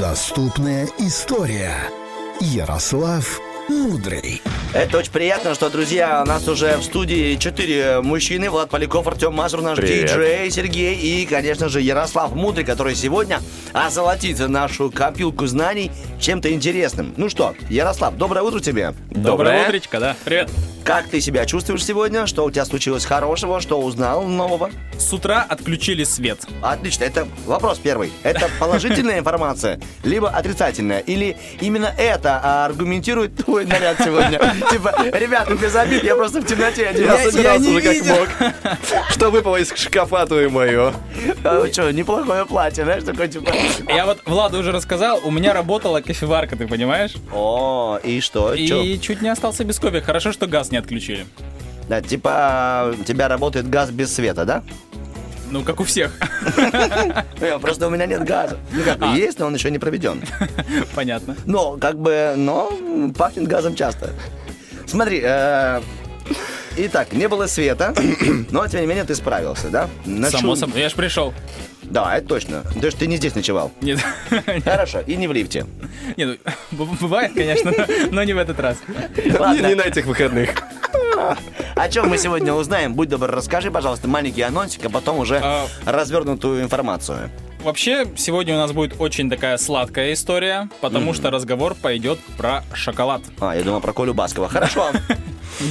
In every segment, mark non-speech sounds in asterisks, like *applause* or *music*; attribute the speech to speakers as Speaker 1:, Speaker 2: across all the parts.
Speaker 1: Доступная история. Ярослав Мудрый.
Speaker 2: Это очень приятно, что, друзья, у нас уже в студии четыре мужчины. Влад Поляков, Артем Мазур, наш
Speaker 3: Привет.
Speaker 2: диджей Сергей и, конечно же, Ярослав Мудрый, который сегодня озолотит нашу копилку знаний чем-то интересным. Ну что, Ярослав, доброе утро тебе.
Speaker 3: Доброе.
Speaker 4: Доброе утречко, да. Привет.
Speaker 2: Как ты себя чувствуешь сегодня? Что у тебя случилось хорошего? Что узнал нового?
Speaker 4: С утра отключили свет.
Speaker 2: Отлично, это вопрос первый. *laughs* Это положительная информация, либо отрицательная? Или именно это а, аргументирует твой наряд *laughs* сегодня? Типа, ребята, без обид, я просто в темноте
Speaker 3: Я,
Speaker 2: оделся.
Speaker 3: собирался уже как
Speaker 2: *laughs*
Speaker 3: мог. Что выпало из шкафа твоего моего?
Speaker 2: А, ну чё, неплохое платье, знаешь, такое типа...
Speaker 4: Я вот Владу уже рассказал, у меня работала кофеварка, ты понимаешь?
Speaker 2: *laughs* О, и что? Чё?
Speaker 4: И чуть не остался без кофе. Хорошо, что газ не отключили.
Speaker 2: Да, типа, у тебя работает газ без света, да?
Speaker 4: Ну, как у всех. *laughs*
Speaker 2: Э, Просто у меня нет газа. Ну как, бы есть, но он еще не проведен.
Speaker 4: Понятно.
Speaker 2: Но, как бы, но м, пахнет газом часто. Смотри, э, итак, не было
Speaker 3: *clears throat*
Speaker 2: света, но, тем не менее, ты справился, да? Ночу-
Speaker 4: Само собой. Я ж пришел.
Speaker 2: Да, это точно. То есть ты не здесь ночевал.
Speaker 4: Нет.
Speaker 2: Хорошо, и не в лифте.
Speaker 4: *laughs* Не, ну, *laughs* б- бывает, конечно, *laughs* но не в этот раз.
Speaker 3: Не
Speaker 2: Ладно,
Speaker 3: не на этих выходных.
Speaker 2: о чем мы сегодня узнаем? Будь добр, расскажи, пожалуйста, маленький анонсик, а потом уже
Speaker 4: А.
Speaker 2: развернутую информацию.
Speaker 4: Вообще, сегодня у нас будет очень такая сладкая история, потому что разговор пойдет про шоколад.
Speaker 2: А, я думал про Колю Баскова.
Speaker 3: *laughs*
Speaker 2: Хорошо.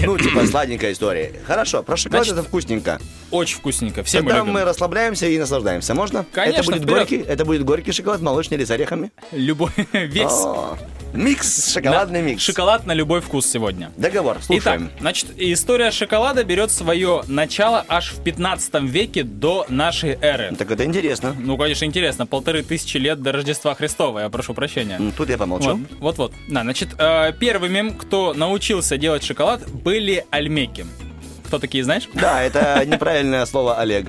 Speaker 2: Ну, типа, сладенькая история. Хорошо, про шоколад
Speaker 4: Значит,
Speaker 2: это вкусненько.
Speaker 4: Очень вкусненько. Все мы
Speaker 2: Тогда
Speaker 4: любим.
Speaker 2: мы расслабляемся и наслаждаемся. Можно?
Speaker 4: Конечно,
Speaker 2: это будет
Speaker 4: вперед.
Speaker 2: горький, это будет горький шоколад, молочный или с орехами.
Speaker 4: Любой *laughs* весь.
Speaker 2: О, Микс, шоколадный
Speaker 4: на-
Speaker 2: микс.
Speaker 4: Шоколад на любой вкус сегодня.
Speaker 2: Договор, слушаем.
Speaker 4: Итак, значит, история шоколада берет свое начало аж в 15 веке до нашей эры.
Speaker 2: Ну, Так это интересно.
Speaker 4: Ну, конечно, интересно, полторы тысячи лет до Рождества Христова, я прошу прощения.
Speaker 2: М, Тут я помолчу.
Speaker 4: Вот, вот. Да, значит, э, первыми, кто научился делать шоколад, были альмеки. Кто такие, знаешь?
Speaker 2: Да, это неправильное слово Олег.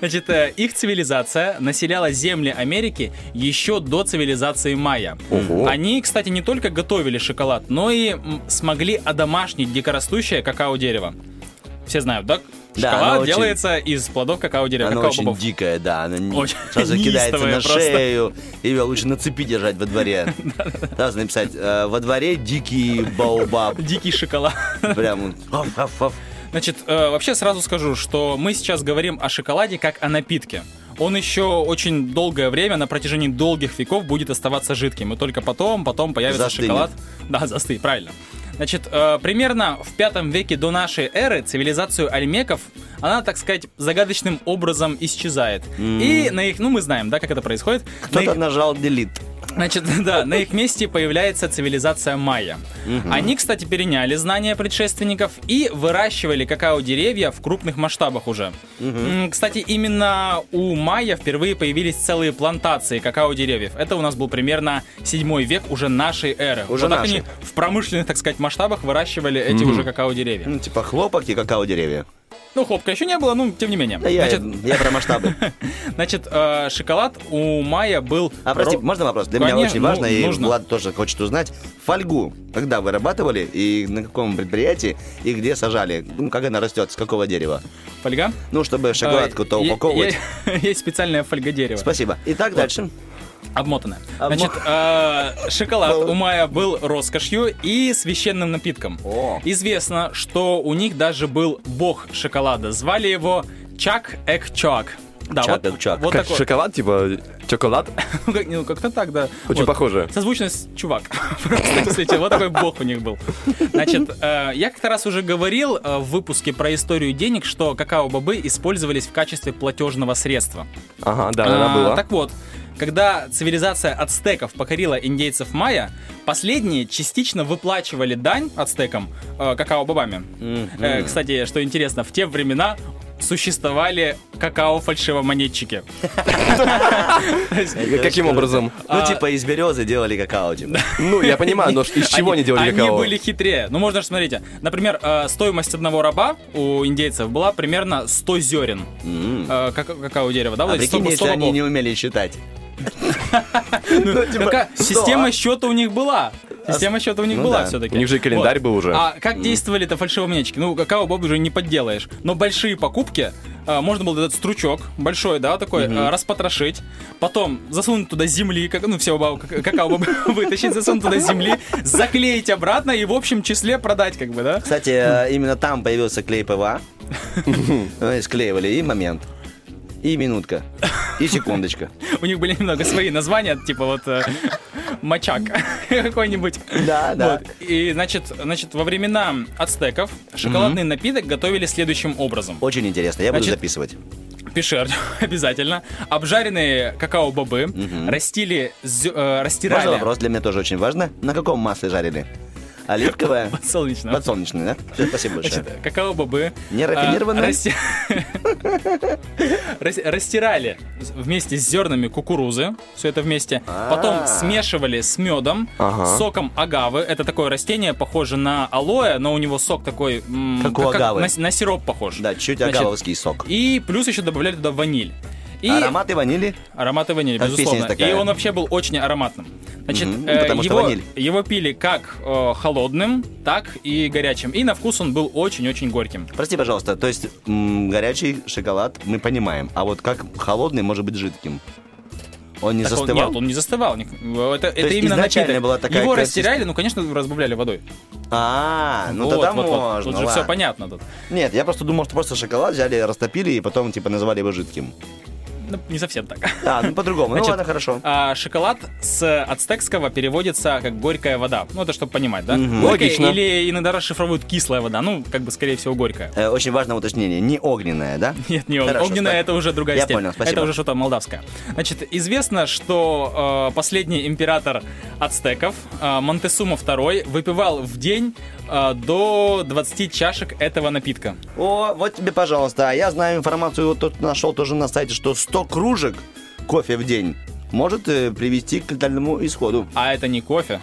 Speaker 4: Значит, э, их цивилизация населяла земли Америки еще до цивилизации майя.
Speaker 3: Ого.
Speaker 4: Они, кстати, не только готовили шоколад, но и м, смогли одомашнить дикорастущее какао-дерево. Все знают, да?
Speaker 2: Да,
Speaker 4: Шоколад
Speaker 2: оно очень-
Speaker 4: делается из плодов какао-дерева,
Speaker 2: Оно очень
Speaker 4: какао-бобов.
Speaker 2: дикое, да. Оно не-
Speaker 4: Очень
Speaker 2: сразу кидается
Speaker 4: неистовое
Speaker 2: на
Speaker 4: просто.
Speaker 2: шею. Ее лучше на цепи держать во
Speaker 4: *laughs*
Speaker 2: дворе. Сразу написать, э, во дворе дикий
Speaker 4: *laughs*
Speaker 2: баобаб.
Speaker 4: Дикий шоколад.
Speaker 2: Прям он. Ф, ф, ф.
Speaker 4: Значит, э, вообще сразу скажу, что мы сейчас говорим о шоколаде как о напитке. Он еще очень долгое время, на протяжении долгих веков, будет оставаться жидким. И только потом, потом появится
Speaker 2: Застынет.
Speaker 4: шоколад. Да, застынет, правильно. Значит, э, примерно в пятом веке до нашей эры цивилизацию альмеков, она, так сказать, загадочным образом исчезает. И на их, ну мы знаем, да, как это происходит. На их-
Speaker 2: Кто-то нажал делит.
Speaker 4: Значит, *laughs* да, на их месте появляется цивилизация майя. Они, кстати, переняли знания предшественников и выращивали какао-деревья в крупных масштабах уже. М, Кстати, именно у майя впервые появились целые плантации какао-деревьев. Это у нас был примерно 7 век уже нашей эры.
Speaker 2: Уже
Speaker 4: вот так
Speaker 2: нашей.
Speaker 4: они в промышленных, так сказать, масштабах выращивали эти уже какао-деревья.
Speaker 2: Ну, типа хлопок и какао-деревья.
Speaker 4: Ну, хлопка еще не было, ну, тем не менее.
Speaker 2: Да я,
Speaker 4: значит,
Speaker 2: я про масштабы.
Speaker 4: значит, э, шоколад у майя был...
Speaker 2: А прости,
Speaker 4: ро-
Speaker 2: можно вопрос? Для меня
Speaker 4: Конечно,
Speaker 2: очень важно,
Speaker 4: ну,
Speaker 2: и
Speaker 4: нужно.
Speaker 2: Влад тоже хочет узнать. Фольгу, когда вырабатывали, и на каком предприятии, и где сажали? Ну, как она растет, с какого дерева?
Speaker 4: Фольга?
Speaker 2: Ну, чтобы шоколадку-то
Speaker 4: Э, е-
Speaker 2: упаковывать.
Speaker 4: е- *laughs* Есть специальная фольга дерева.
Speaker 2: Спасибо. Итак, дальше.
Speaker 4: Обмотанная.
Speaker 2: Обмо-
Speaker 4: Значит, э, шоколад
Speaker 2: Мало.
Speaker 4: у Майя был роскошью и священным напитком.
Speaker 2: О.
Speaker 4: Известно, что у них даже был бог шоколада. Звали его Чак Эк Чак. Да,
Speaker 2: Чак
Speaker 4: вот,
Speaker 2: Эк Чак.
Speaker 4: вот
Speaker 3: Как
Speaker 4: такой.
Speaker 3: шоколад, типа
Speaker 4: *laughs*
Speaker 3: шоколад?
Speaker 4: Ну, как- *laughs* ну, как-то так, да.
Speaker 3: Очень
Speaker 4: Вот.
Speaker 3: похоже.
Speaker 4: Созвучность чувак. *laughs* Просто, кстати, вот такой бог у них был. Значит, э, я как-то раз уже говорил э, в выпуске про историю денег, что какао-бобы использовались в качестве платежного средства.
Speaker 3: Ага, да, она
Speaker 4: А,
Speaker 3: была.
Speaker 4: Так вот, когда цивилизация ацтеков покорила индейцев майя, последние частично выплачивали дань ацтекам э, какао-бобами. Э, кстати, что интересно, в те времена существовали какао-фальшивомонетчики.
Speaker 3: Э, Каким образом?
Speaker 4: А
Speaker 2: Ну, типа из березы делали какао, типа.
Speaker 3: Ну, я понимаю, но из чего они делали
Speaker 4: Они
Speaker 3: какао?
Speaker 4: были хитрее. Ну, можно же, смотрите, например, э, стоимость одного раба у индейцев была примерно 100 зерен
Speaker 2: М.
Speaker 4: э, как- какао-дерева. Да,
Speaker 2: А
Speaker 4: вот эти 100
Speaker 2: прикинь, если
Speaker 4: 100
Speaker 2: они
Speaker 4: бобов.
Speaker 2: не умели
Speaker 4: *laughs*
Speaker 2: считать. Ну, типа,
Speaker 3: *laughs*
Speaker 4: Какая-
Speaker 2: сто,
Speaker 4: Система
Speaker 2: а?
Speaker 4: счета у них была.
Speaker 3: А
Speaker 4: Система счета у них
Speaker 2: ну
Speaker 4: была
Speaker 2: да.
Speaker 4: все-таки.
Speaker 3: У них же и календарь был уже.
Speaker 4: А как действовали-то фальшивомонетчики? Ну, какао боб уже не подделаешь. Но большие покупки э, можно было этот стручок большой, да, такой, э, распотрошить, потом засунуть туда земли, как, ну, все баб- как- какао бобы *laughs* вытащить, засунуть туда земли, заклеить обратно и в общем числе продать, как бы, да?
Speaker 2: Кстати, э, именно там появился клей
Speaker 4: *laughs*
Speaker 2: ПВА. Э, Склеивали и момент. И минутка. И секундочка.
Speaker 4: У них были немного свои названия, типа вот э, мочак *laughs* какой-нибудь.
Speaker 2: Да, да.
Speaker 4: Вот. И, значит, значит, во времена ацтеков шоколадный напиток готовили следующим образом.
Speaker 2: Очень интересно, я буду
Speaker 4: Значит,
Speaker 2: записывать.
Speaker 4: Пиши, Артём, *laughs* обязательно. Обжаренные какао-бобы растили, зё- э,
Speaker 2: Можно
Speaker 4: растирали
Speaker 2: вопрос для меня тоже очень важно. На каком масле жарили?
Speaker 4: *laughs*
Speaker 2: Оливковое?
Speaker 4: подсолнечное.
Speaker 2: Подсолнечное, да? Всё, спасибо большое.
Speaker 4: Значит, какао-бобы...
Speaker 2: Не рафинированные?
Speaker 4: а, расти- *laughs* рас- Растирали вместе с зернами кукурузы, все это вместе. Потом смешивали с медом,
Speaker 2: А. Ага.
Speaker 4: соком агавы. Это такое растение, похоже на алоэ, но у него сок такой... м,
Speaker 2: Как у агавы.
Speaker 4: на с- На сироп похож.
Speaker 2: Да, чуть
Speaker 4: Значит,
Speaker 2: агавовский сок.
Speaker 4: И плюс еще добавляли туда ваниль. И
Speaker 2: Ароматы ванили?
Speaker 4: ароматы ванили,
Speaker 2: Как песня
Speaker 4: безусловно.
Speaker 2: есть такая.
Speaker 4: И он вообще был очень ароматным. Значит,
Speaker 2: Мгм,
Speaker 4: э,
Speaker 2: потому что
Speaker 4: его,
Speaker 2: ваниль.
Speaker 4: его пили как э, холодным, так и горячим. И на вкус он был очень-очень горьким.
Speaker 2: Прости, пожалуйста, то есть м, горячий шоколад мы понимаем, а вот как холодный может быть жидким? Он не
Speaker 4: Так он-
Speaker 2: застывал?
Speaker 4: нет, он не застывал. Ник- Это, это
Speaker 2: есть
Speaker 4: именно
Speaker 2: изначально
Speaker 4: напиток.
Speaker 2: была такая
Speaker 4: Его
Speaker 2: консис-
Speaker 4: растеряли, ну, конечно, разбавляли водой.
Speaker 2: А, ну
Speaker 4: Вот,
Speaker 2: тогда
Speaker 4: вот, вот.
Speaker 2: можно.
Speaker 4: Тут же все
Speaker 2: ладно.
Speaker 4: понятно. Тут.
Speaker 2: Нет, я просто думал, что просто шоколад взяли, растопили и потом типа назвали его жидким.
Speaker 4: Ну, не совсем так. *laughs*
Speaker 2: А, ну по-другому. Ну
Speaker 4: Значит,
Speaker 2: ладно, хорошо.
Speaker 4: А шоколад с ацтекского переводится как горькая вода. Ну, это чтобы понимать, да? Горькая
Speaker 3: Логично.
Speaker 4: Или иногда расшифровывают кислая вода. Ну, как бы, скорее всего, горькая.
Speaker 2: Э, Очень важное уточнение. Не огненное, *laughs* да?
Speaker 4: Нет, не он.
Speaker 2: Хорошо,
Speaker 4: Огненная
Speaker 2: спа-
Speaker 4: это уже другая
Speaker 2: Я
Speaker 4: степь.
Speaker 2: понял, спасибо.
Speaker 4: Это уже что-то молдавское. Значит, известно, что э, последний император ацтеков э, Монтесума II выпивал в день э, до 20 чашек этого напитка.
Speaker 2: О, вот тебе, пожалуйста. А я знаю информацию, вот тут нашел тоже на сайте, что 100 кружек кофе в день может э, привести к летальному исходу.
Speaker 4: А это не кофе,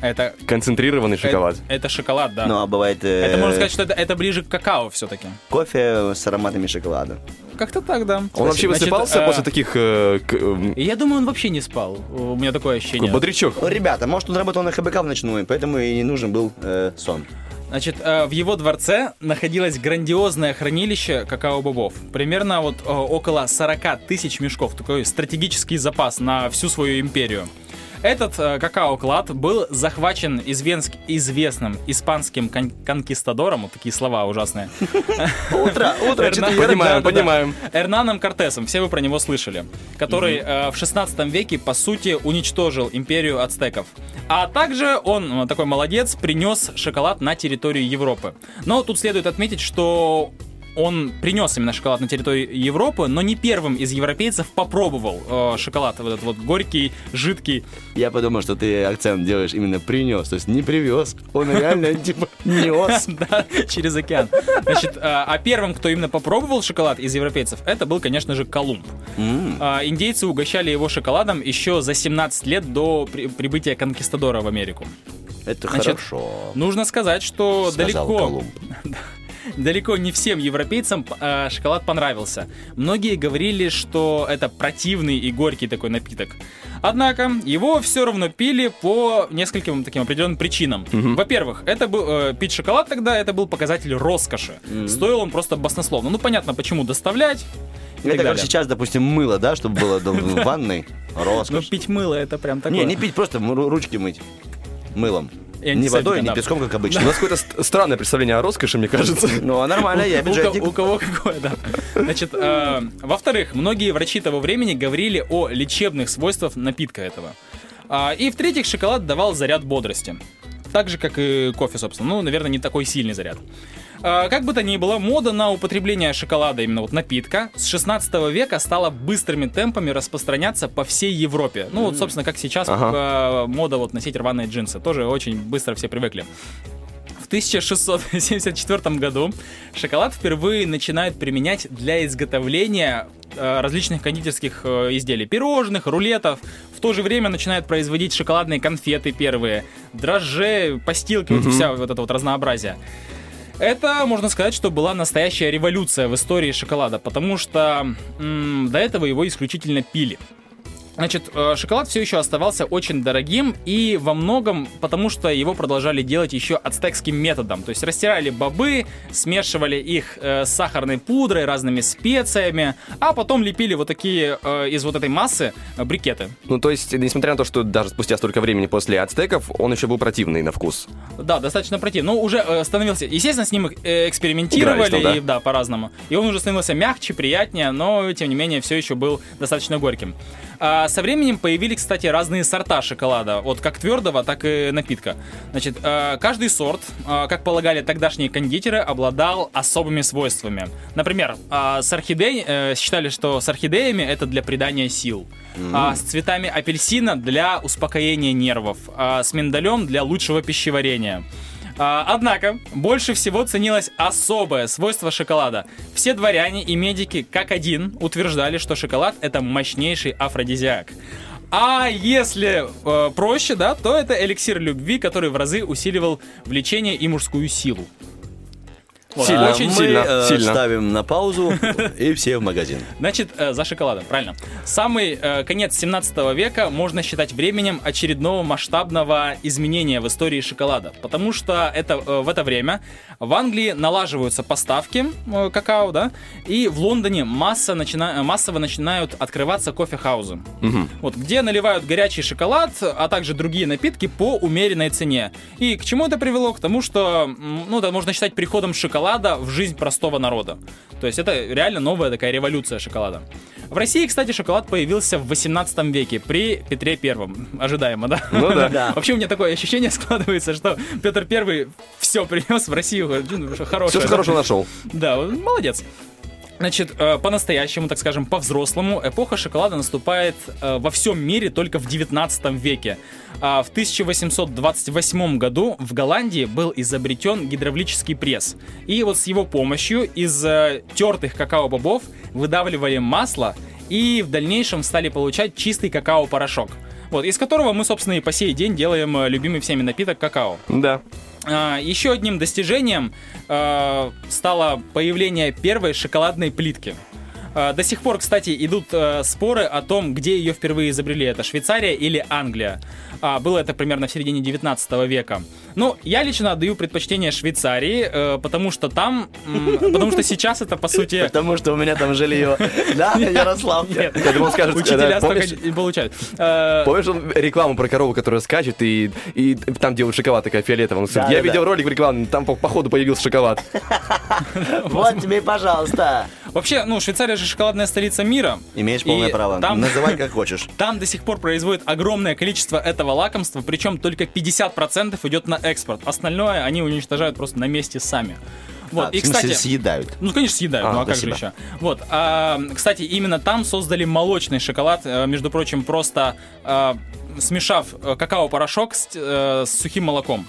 Speaker 4: это э,
Speaker 3: Концентрированный шоколад.
Speaker 4: Это, это шоколад, да.
Speaker 2: Ну, а бывает э,
Speaker 4: Это можно сказать, что это, это ближе к какао все-таки.
Speaker 2: кофе с ароматами шоколада.
Speaker 4: Как-то так, да.
Speaker 3: Он вообще
Speaker 4: Значит,
Speaker 3: высыпался
Speaker 4: э,
Speaker 3: после таких... э, к- э,
Speaker 4: Я думаю, он вообще не спал. У меня такое ощущение.
Speaker 3: такой Бодрячок.
Speaker 2: Ну, Ребята, может, он работал на ХБК в ночную, поэтому и не нужен был э, сон.
Speaker 4: Значит, э, в его дворце находилось грандиозное хранилище какао-бобов. Примерно вот э, около 40 тысяч мешков. Такой стратегический запас на всю свою империю. Этот э, какао-клад был захвачен извенск- известным испанским кон- конкистадором, вот такие слова ужасные,
Speaker 2: Утро, утро,
Speaker 4: Эрна-
Speaker 2: четверг.
Speaker 3: Понимаем,
Speaker 4: да, да, да.
Speaker 3: понимаем.
Speaker 4: Эрнаном Кортесом, все вы про него слышали, который э, в 16 веке, по сути, уничтожил империю ацтеков. А также он, э, такой молодец, принес шоколад на территорию Европы. Но тут следует отметить, что он принес именно шоколад на территорию Европы, но не первым из европейцев попробовал э, шоколад, вот этот вот горький, жидкий. *laughs*
Speaker 2: Я подумал, что ты акцент делаешь именно принес, то есть не привез. Он реально *laughs* типа нес.
Speaker 4: Да, через океан. Значит, э, а первым, кто именно попробовал шоколад из европейцев, это был, конечно же, Колумб. А, Индейцы угощали его шоколадом еще за 17 лет до при- прибытия конкистадора в Америку.
Speaker 2: Это
Speaker 4: Значит,
Speaker 2: хорошо.
Speaker 4: Нужно сказать, что
Speaker 2: сказал
Speaker 4: далеко...
Speaker 2: Колумб.
Speaker 4: Далеко не всем европейцам э, шоколад понравился. Многие говорили, что это противный и горький такой напиток. Однако его все равно пили по нескольким таким определенным причинам. Во-первых, это был э, пить шоколад тогда это был показатель роскоши. Стоил он просто баснословно. Ну понятно, почему доставлять. и так
Speaker 2: Это как
Speaker 4: далее.
Speaker 2: сейчас, допустим, мыло, да, чтобы было до- в
Speaker 4: *laughs*
Speaker 2: ванной.
Speaker 4: Ну
Speaker 2: Роскошь.
Speaker 4: пить мыло это прям такое.
Speaker 2: Не, не пить, просто ру- ручки мыть. Мылом.
Speaker 4: Я
Speaker 2: Не
Speaker 4: не
Speaker 2: водой,
Speaker 4: садик,
Speaker 2: не
Speaker 4: да.
Speaker 2: песком, как
Speaker 4: *laughs*
Speaker 3: У
Speaker 2: обычно.
Speaker 3: нас какое-то ст- странное представление о роскоши, мне кажется.
Speaker 2: Ну, а нормально, я
Speaker 4: У ко-
Speaker 2: бюджетник.
Speaker 4: У кого какое, да. Значит, э, во-вторых, многие врачи того времени говорили о лечебных свойствах напитка этого. А, И в-третьих, шоколад давал заряд бодрости. Так же, как и кофе, собственно. Ну, наверное, не такой сильный заряд. А, Как бы то ни было, мода на употребление шоколада, именно вот напитка, с 16 века стала быстрыми темпами распространяться по всей Европе. Ну, вот, собственно, как сейчас э, мода вот носить рваные джинсы. Тоже очень быстро все привыкли. В 1674 году шоколад впервые начинают применять для изготовления э, различных кондитерских э, изделий. Пирожных, рулетов. В то же время начинают производить шоколадные конфеты первые, дрожжи, постилки, вот вся вот это вот разнообразие. Это, можно сказать, что была настоящая революция в истории шоколада, потому что м, до этого его исключительно пили. Значит, э, шоколад все еще оставался очень дорогим и во многом потому, что его продолжали делать еще ацтекским методом. То есть растирали бобы, смешивали их э, с сахарной пудрой, разными специями, а потом лепили вот такие э, из вот этой массы э, брикеты.
Speaker 3: Ну, то есть, несмотря на то, что даже спустя столько времени после ацтеков, он еще был противный на вкус.
Speaker 4: Да, достаточно противно. Но уже э, становился... Естественно, с ним э, экспериментировали,
Speaker 3: Игрались там, да?
Speaker 4: и да, по-разному. И он уже становился мягче, приятнее, но, тем не менее, все еще был достаточно горьким. А, со временем появились, кстати, разные сорта шоколада. Вот как твердого, так и напитка. Значит, э, каждый сорт, э, как полагали тогдашние кондитеры, обладал особыми свойствами. Например, а, с орхидей... э, считали, что с орхидеями это для придания сил. А, с цветами апельсина для успокоения нервов. а с миндалем для лучшего пищеварения. А, Однако, больше всего ценилось особое свойство шоколада. Все дворяне и медики как один утверждали, что шоколад это мощнейший афродизиак. А если э, проще, да, то это эликсир любви, который в разы усиливал влечение и мужскую силу. Вот.
Speaker 2: Сильно,
Speaker 3: Очень
Speaker 2: мы
Speaker 3: сильно,
Speaker 2: э,
Speaker 3: сильно.
Speaker 2: ставим на паузу и все в магазин.
Speaker 4: *laughs* Значит, э, за шоколадом, правильно. Самый э, конец 17 века можно считать временем очередного масштабного изменения в истории шоколада, потому что это, э, в это время в Англии налаживаются поставки э, какао, да, и в Лондоне масса начина- э, массово начинают открываться кофехаузы, вот, где наливают горячий шоколад, а также другие напитки по умеренной цене. И к чему это привело? К тому, что, м, ну, это можно считать приходом шоколада в жизнь простого народа. То есть это реально новая такая революция шоколада. В России, кстати, шоколад появился в 18 веке при Петре Первом. Ожидаемо, да?
Speaker 3: Ну да. Да.
Speaker 4: Вообще у меня такое ощущение *laughs* складывается, что Петр Первый все принес в Россию. ну, что Хорошее.
Speaker 3: Все, что хорошего нашел.
Speaker 4: Да, он молодец. Значит, э, по-настоящему, так скажем, по-взрослому, эпоха шоколада наступает э, во всем мире только в 19 веке. А В 1828 году в Голландии был изобретен гидравлический пресс. И вот с его помощью из э, тертых какао-бобов выдавливали масло и в дальнейшем стали получать чистый какао-порошок. Вот, из которого мы, собственно, и по сей день делаем э, любимый всеми напиток какао.
Speaker 3: Да.
Speaker 4: А, Еще одним достижением э, стало появление первой шоколадной плитки. А, До сих пор, кстати, идут э, споры о том, где ее впервые изобрели. Это Швейцария или Англия. А, Было это примерно в середине 19 века. Ну, я лично отдаю предпочтение Швейцарии, э, потому что там... м, Потому что сейчас это, по сути...
Speaker 2: Потому что у меня там
Speaker 4: *laughs*
Speaker 2: жилье. Да, Ярослав?
Speaker 4: Нет.
Speaker 3: Я
Speaker 4: *laughs*
Speaker 3: думал, скажет,
Speaker 4: Учителя
Speaker 3: да,
Speaker 4: столько
Speaker 3: помнишь,
Speaker 4: не получают. Э,
Speaker 3: *laughs* помнишь он рекламу про корову, которая скачет, и, и там делают шоколад такая фиолетовая. Он говорит,
Speaker 2: Да,
Speaker 3: я
Speaker 2: да,
Speaker 3: видел
Speaker 2: да.
Speaker 3: ролик в рекламе, там по- походу появился шоколад.
Speaker 2: Вот тебе, и пожалуйста.
Speaker 4: Вообще, ну, Швейцария же шоколадная столица мира.
Speaker 2: Имеешь полное
Speaker 4: И
Speaker 2: право.
Speaker 4: там-
Speaker 2: Называй как хочешь.
Speaker 4: Там до сих пор производят огромное количество этого лакомства, причем только 50% идет на экспорт. Остальное они уничтожают просто на месте сами. Вот,
Speaker 2: А,
Speaker 4: и,
Speaker 2: в смысле,
Speaker 4: кстати,
Speaker 2: съедают.
Speaker 4: ну, конечно, съедают,
Speaker 3: А,
Speaker 4: ну а как же
Speaker 3: спасибо.
Speaker 4: еще? Вот, а, кстати, именно там создали молочный шоколад, э, между прочим, просто э, смешав э, какао-порошок с, э, с сухим молоком.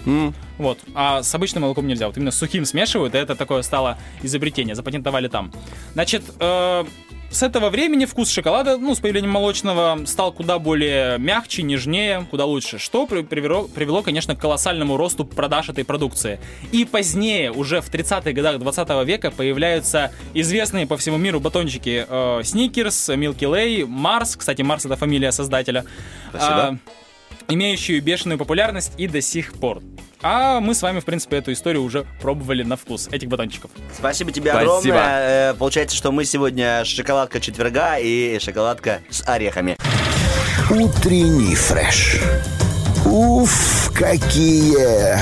Speaker 4: Вот, а с обычным молоком нельзя, вот именно с сухим смешивают, и это такое стало изобретение, запатентовали там. Значит, э, с этого времени вкус шоколада, ну, с появлением молочного, стал куда более мягче, нежнее, куда лучше, что при- привело, привело, конечно, к колоссальному росту продаж этой продукции. И позднее, уже в 30-х годах 20 века, появляются известные по всему миру батончики э, Сникерс, Милки Лей, Марс, кстати, Марс это фамилия создателя,
Speaker 2: Спасибо.
Speaker 4: а, имеющие бешеную популярность и до сих пор. А мы с вами, в принципе, эту историю уже пробовали на вкус, этих батончиков.
Speaker 2: Спасибо тебе
Speaker 3: Спасибо.
Speaker 2: огромное. Э, Получается, что мы сегодня шоколадка четверга и шоколадка с орехами.
Speaker 1: Утренний фреш. Уф, какие!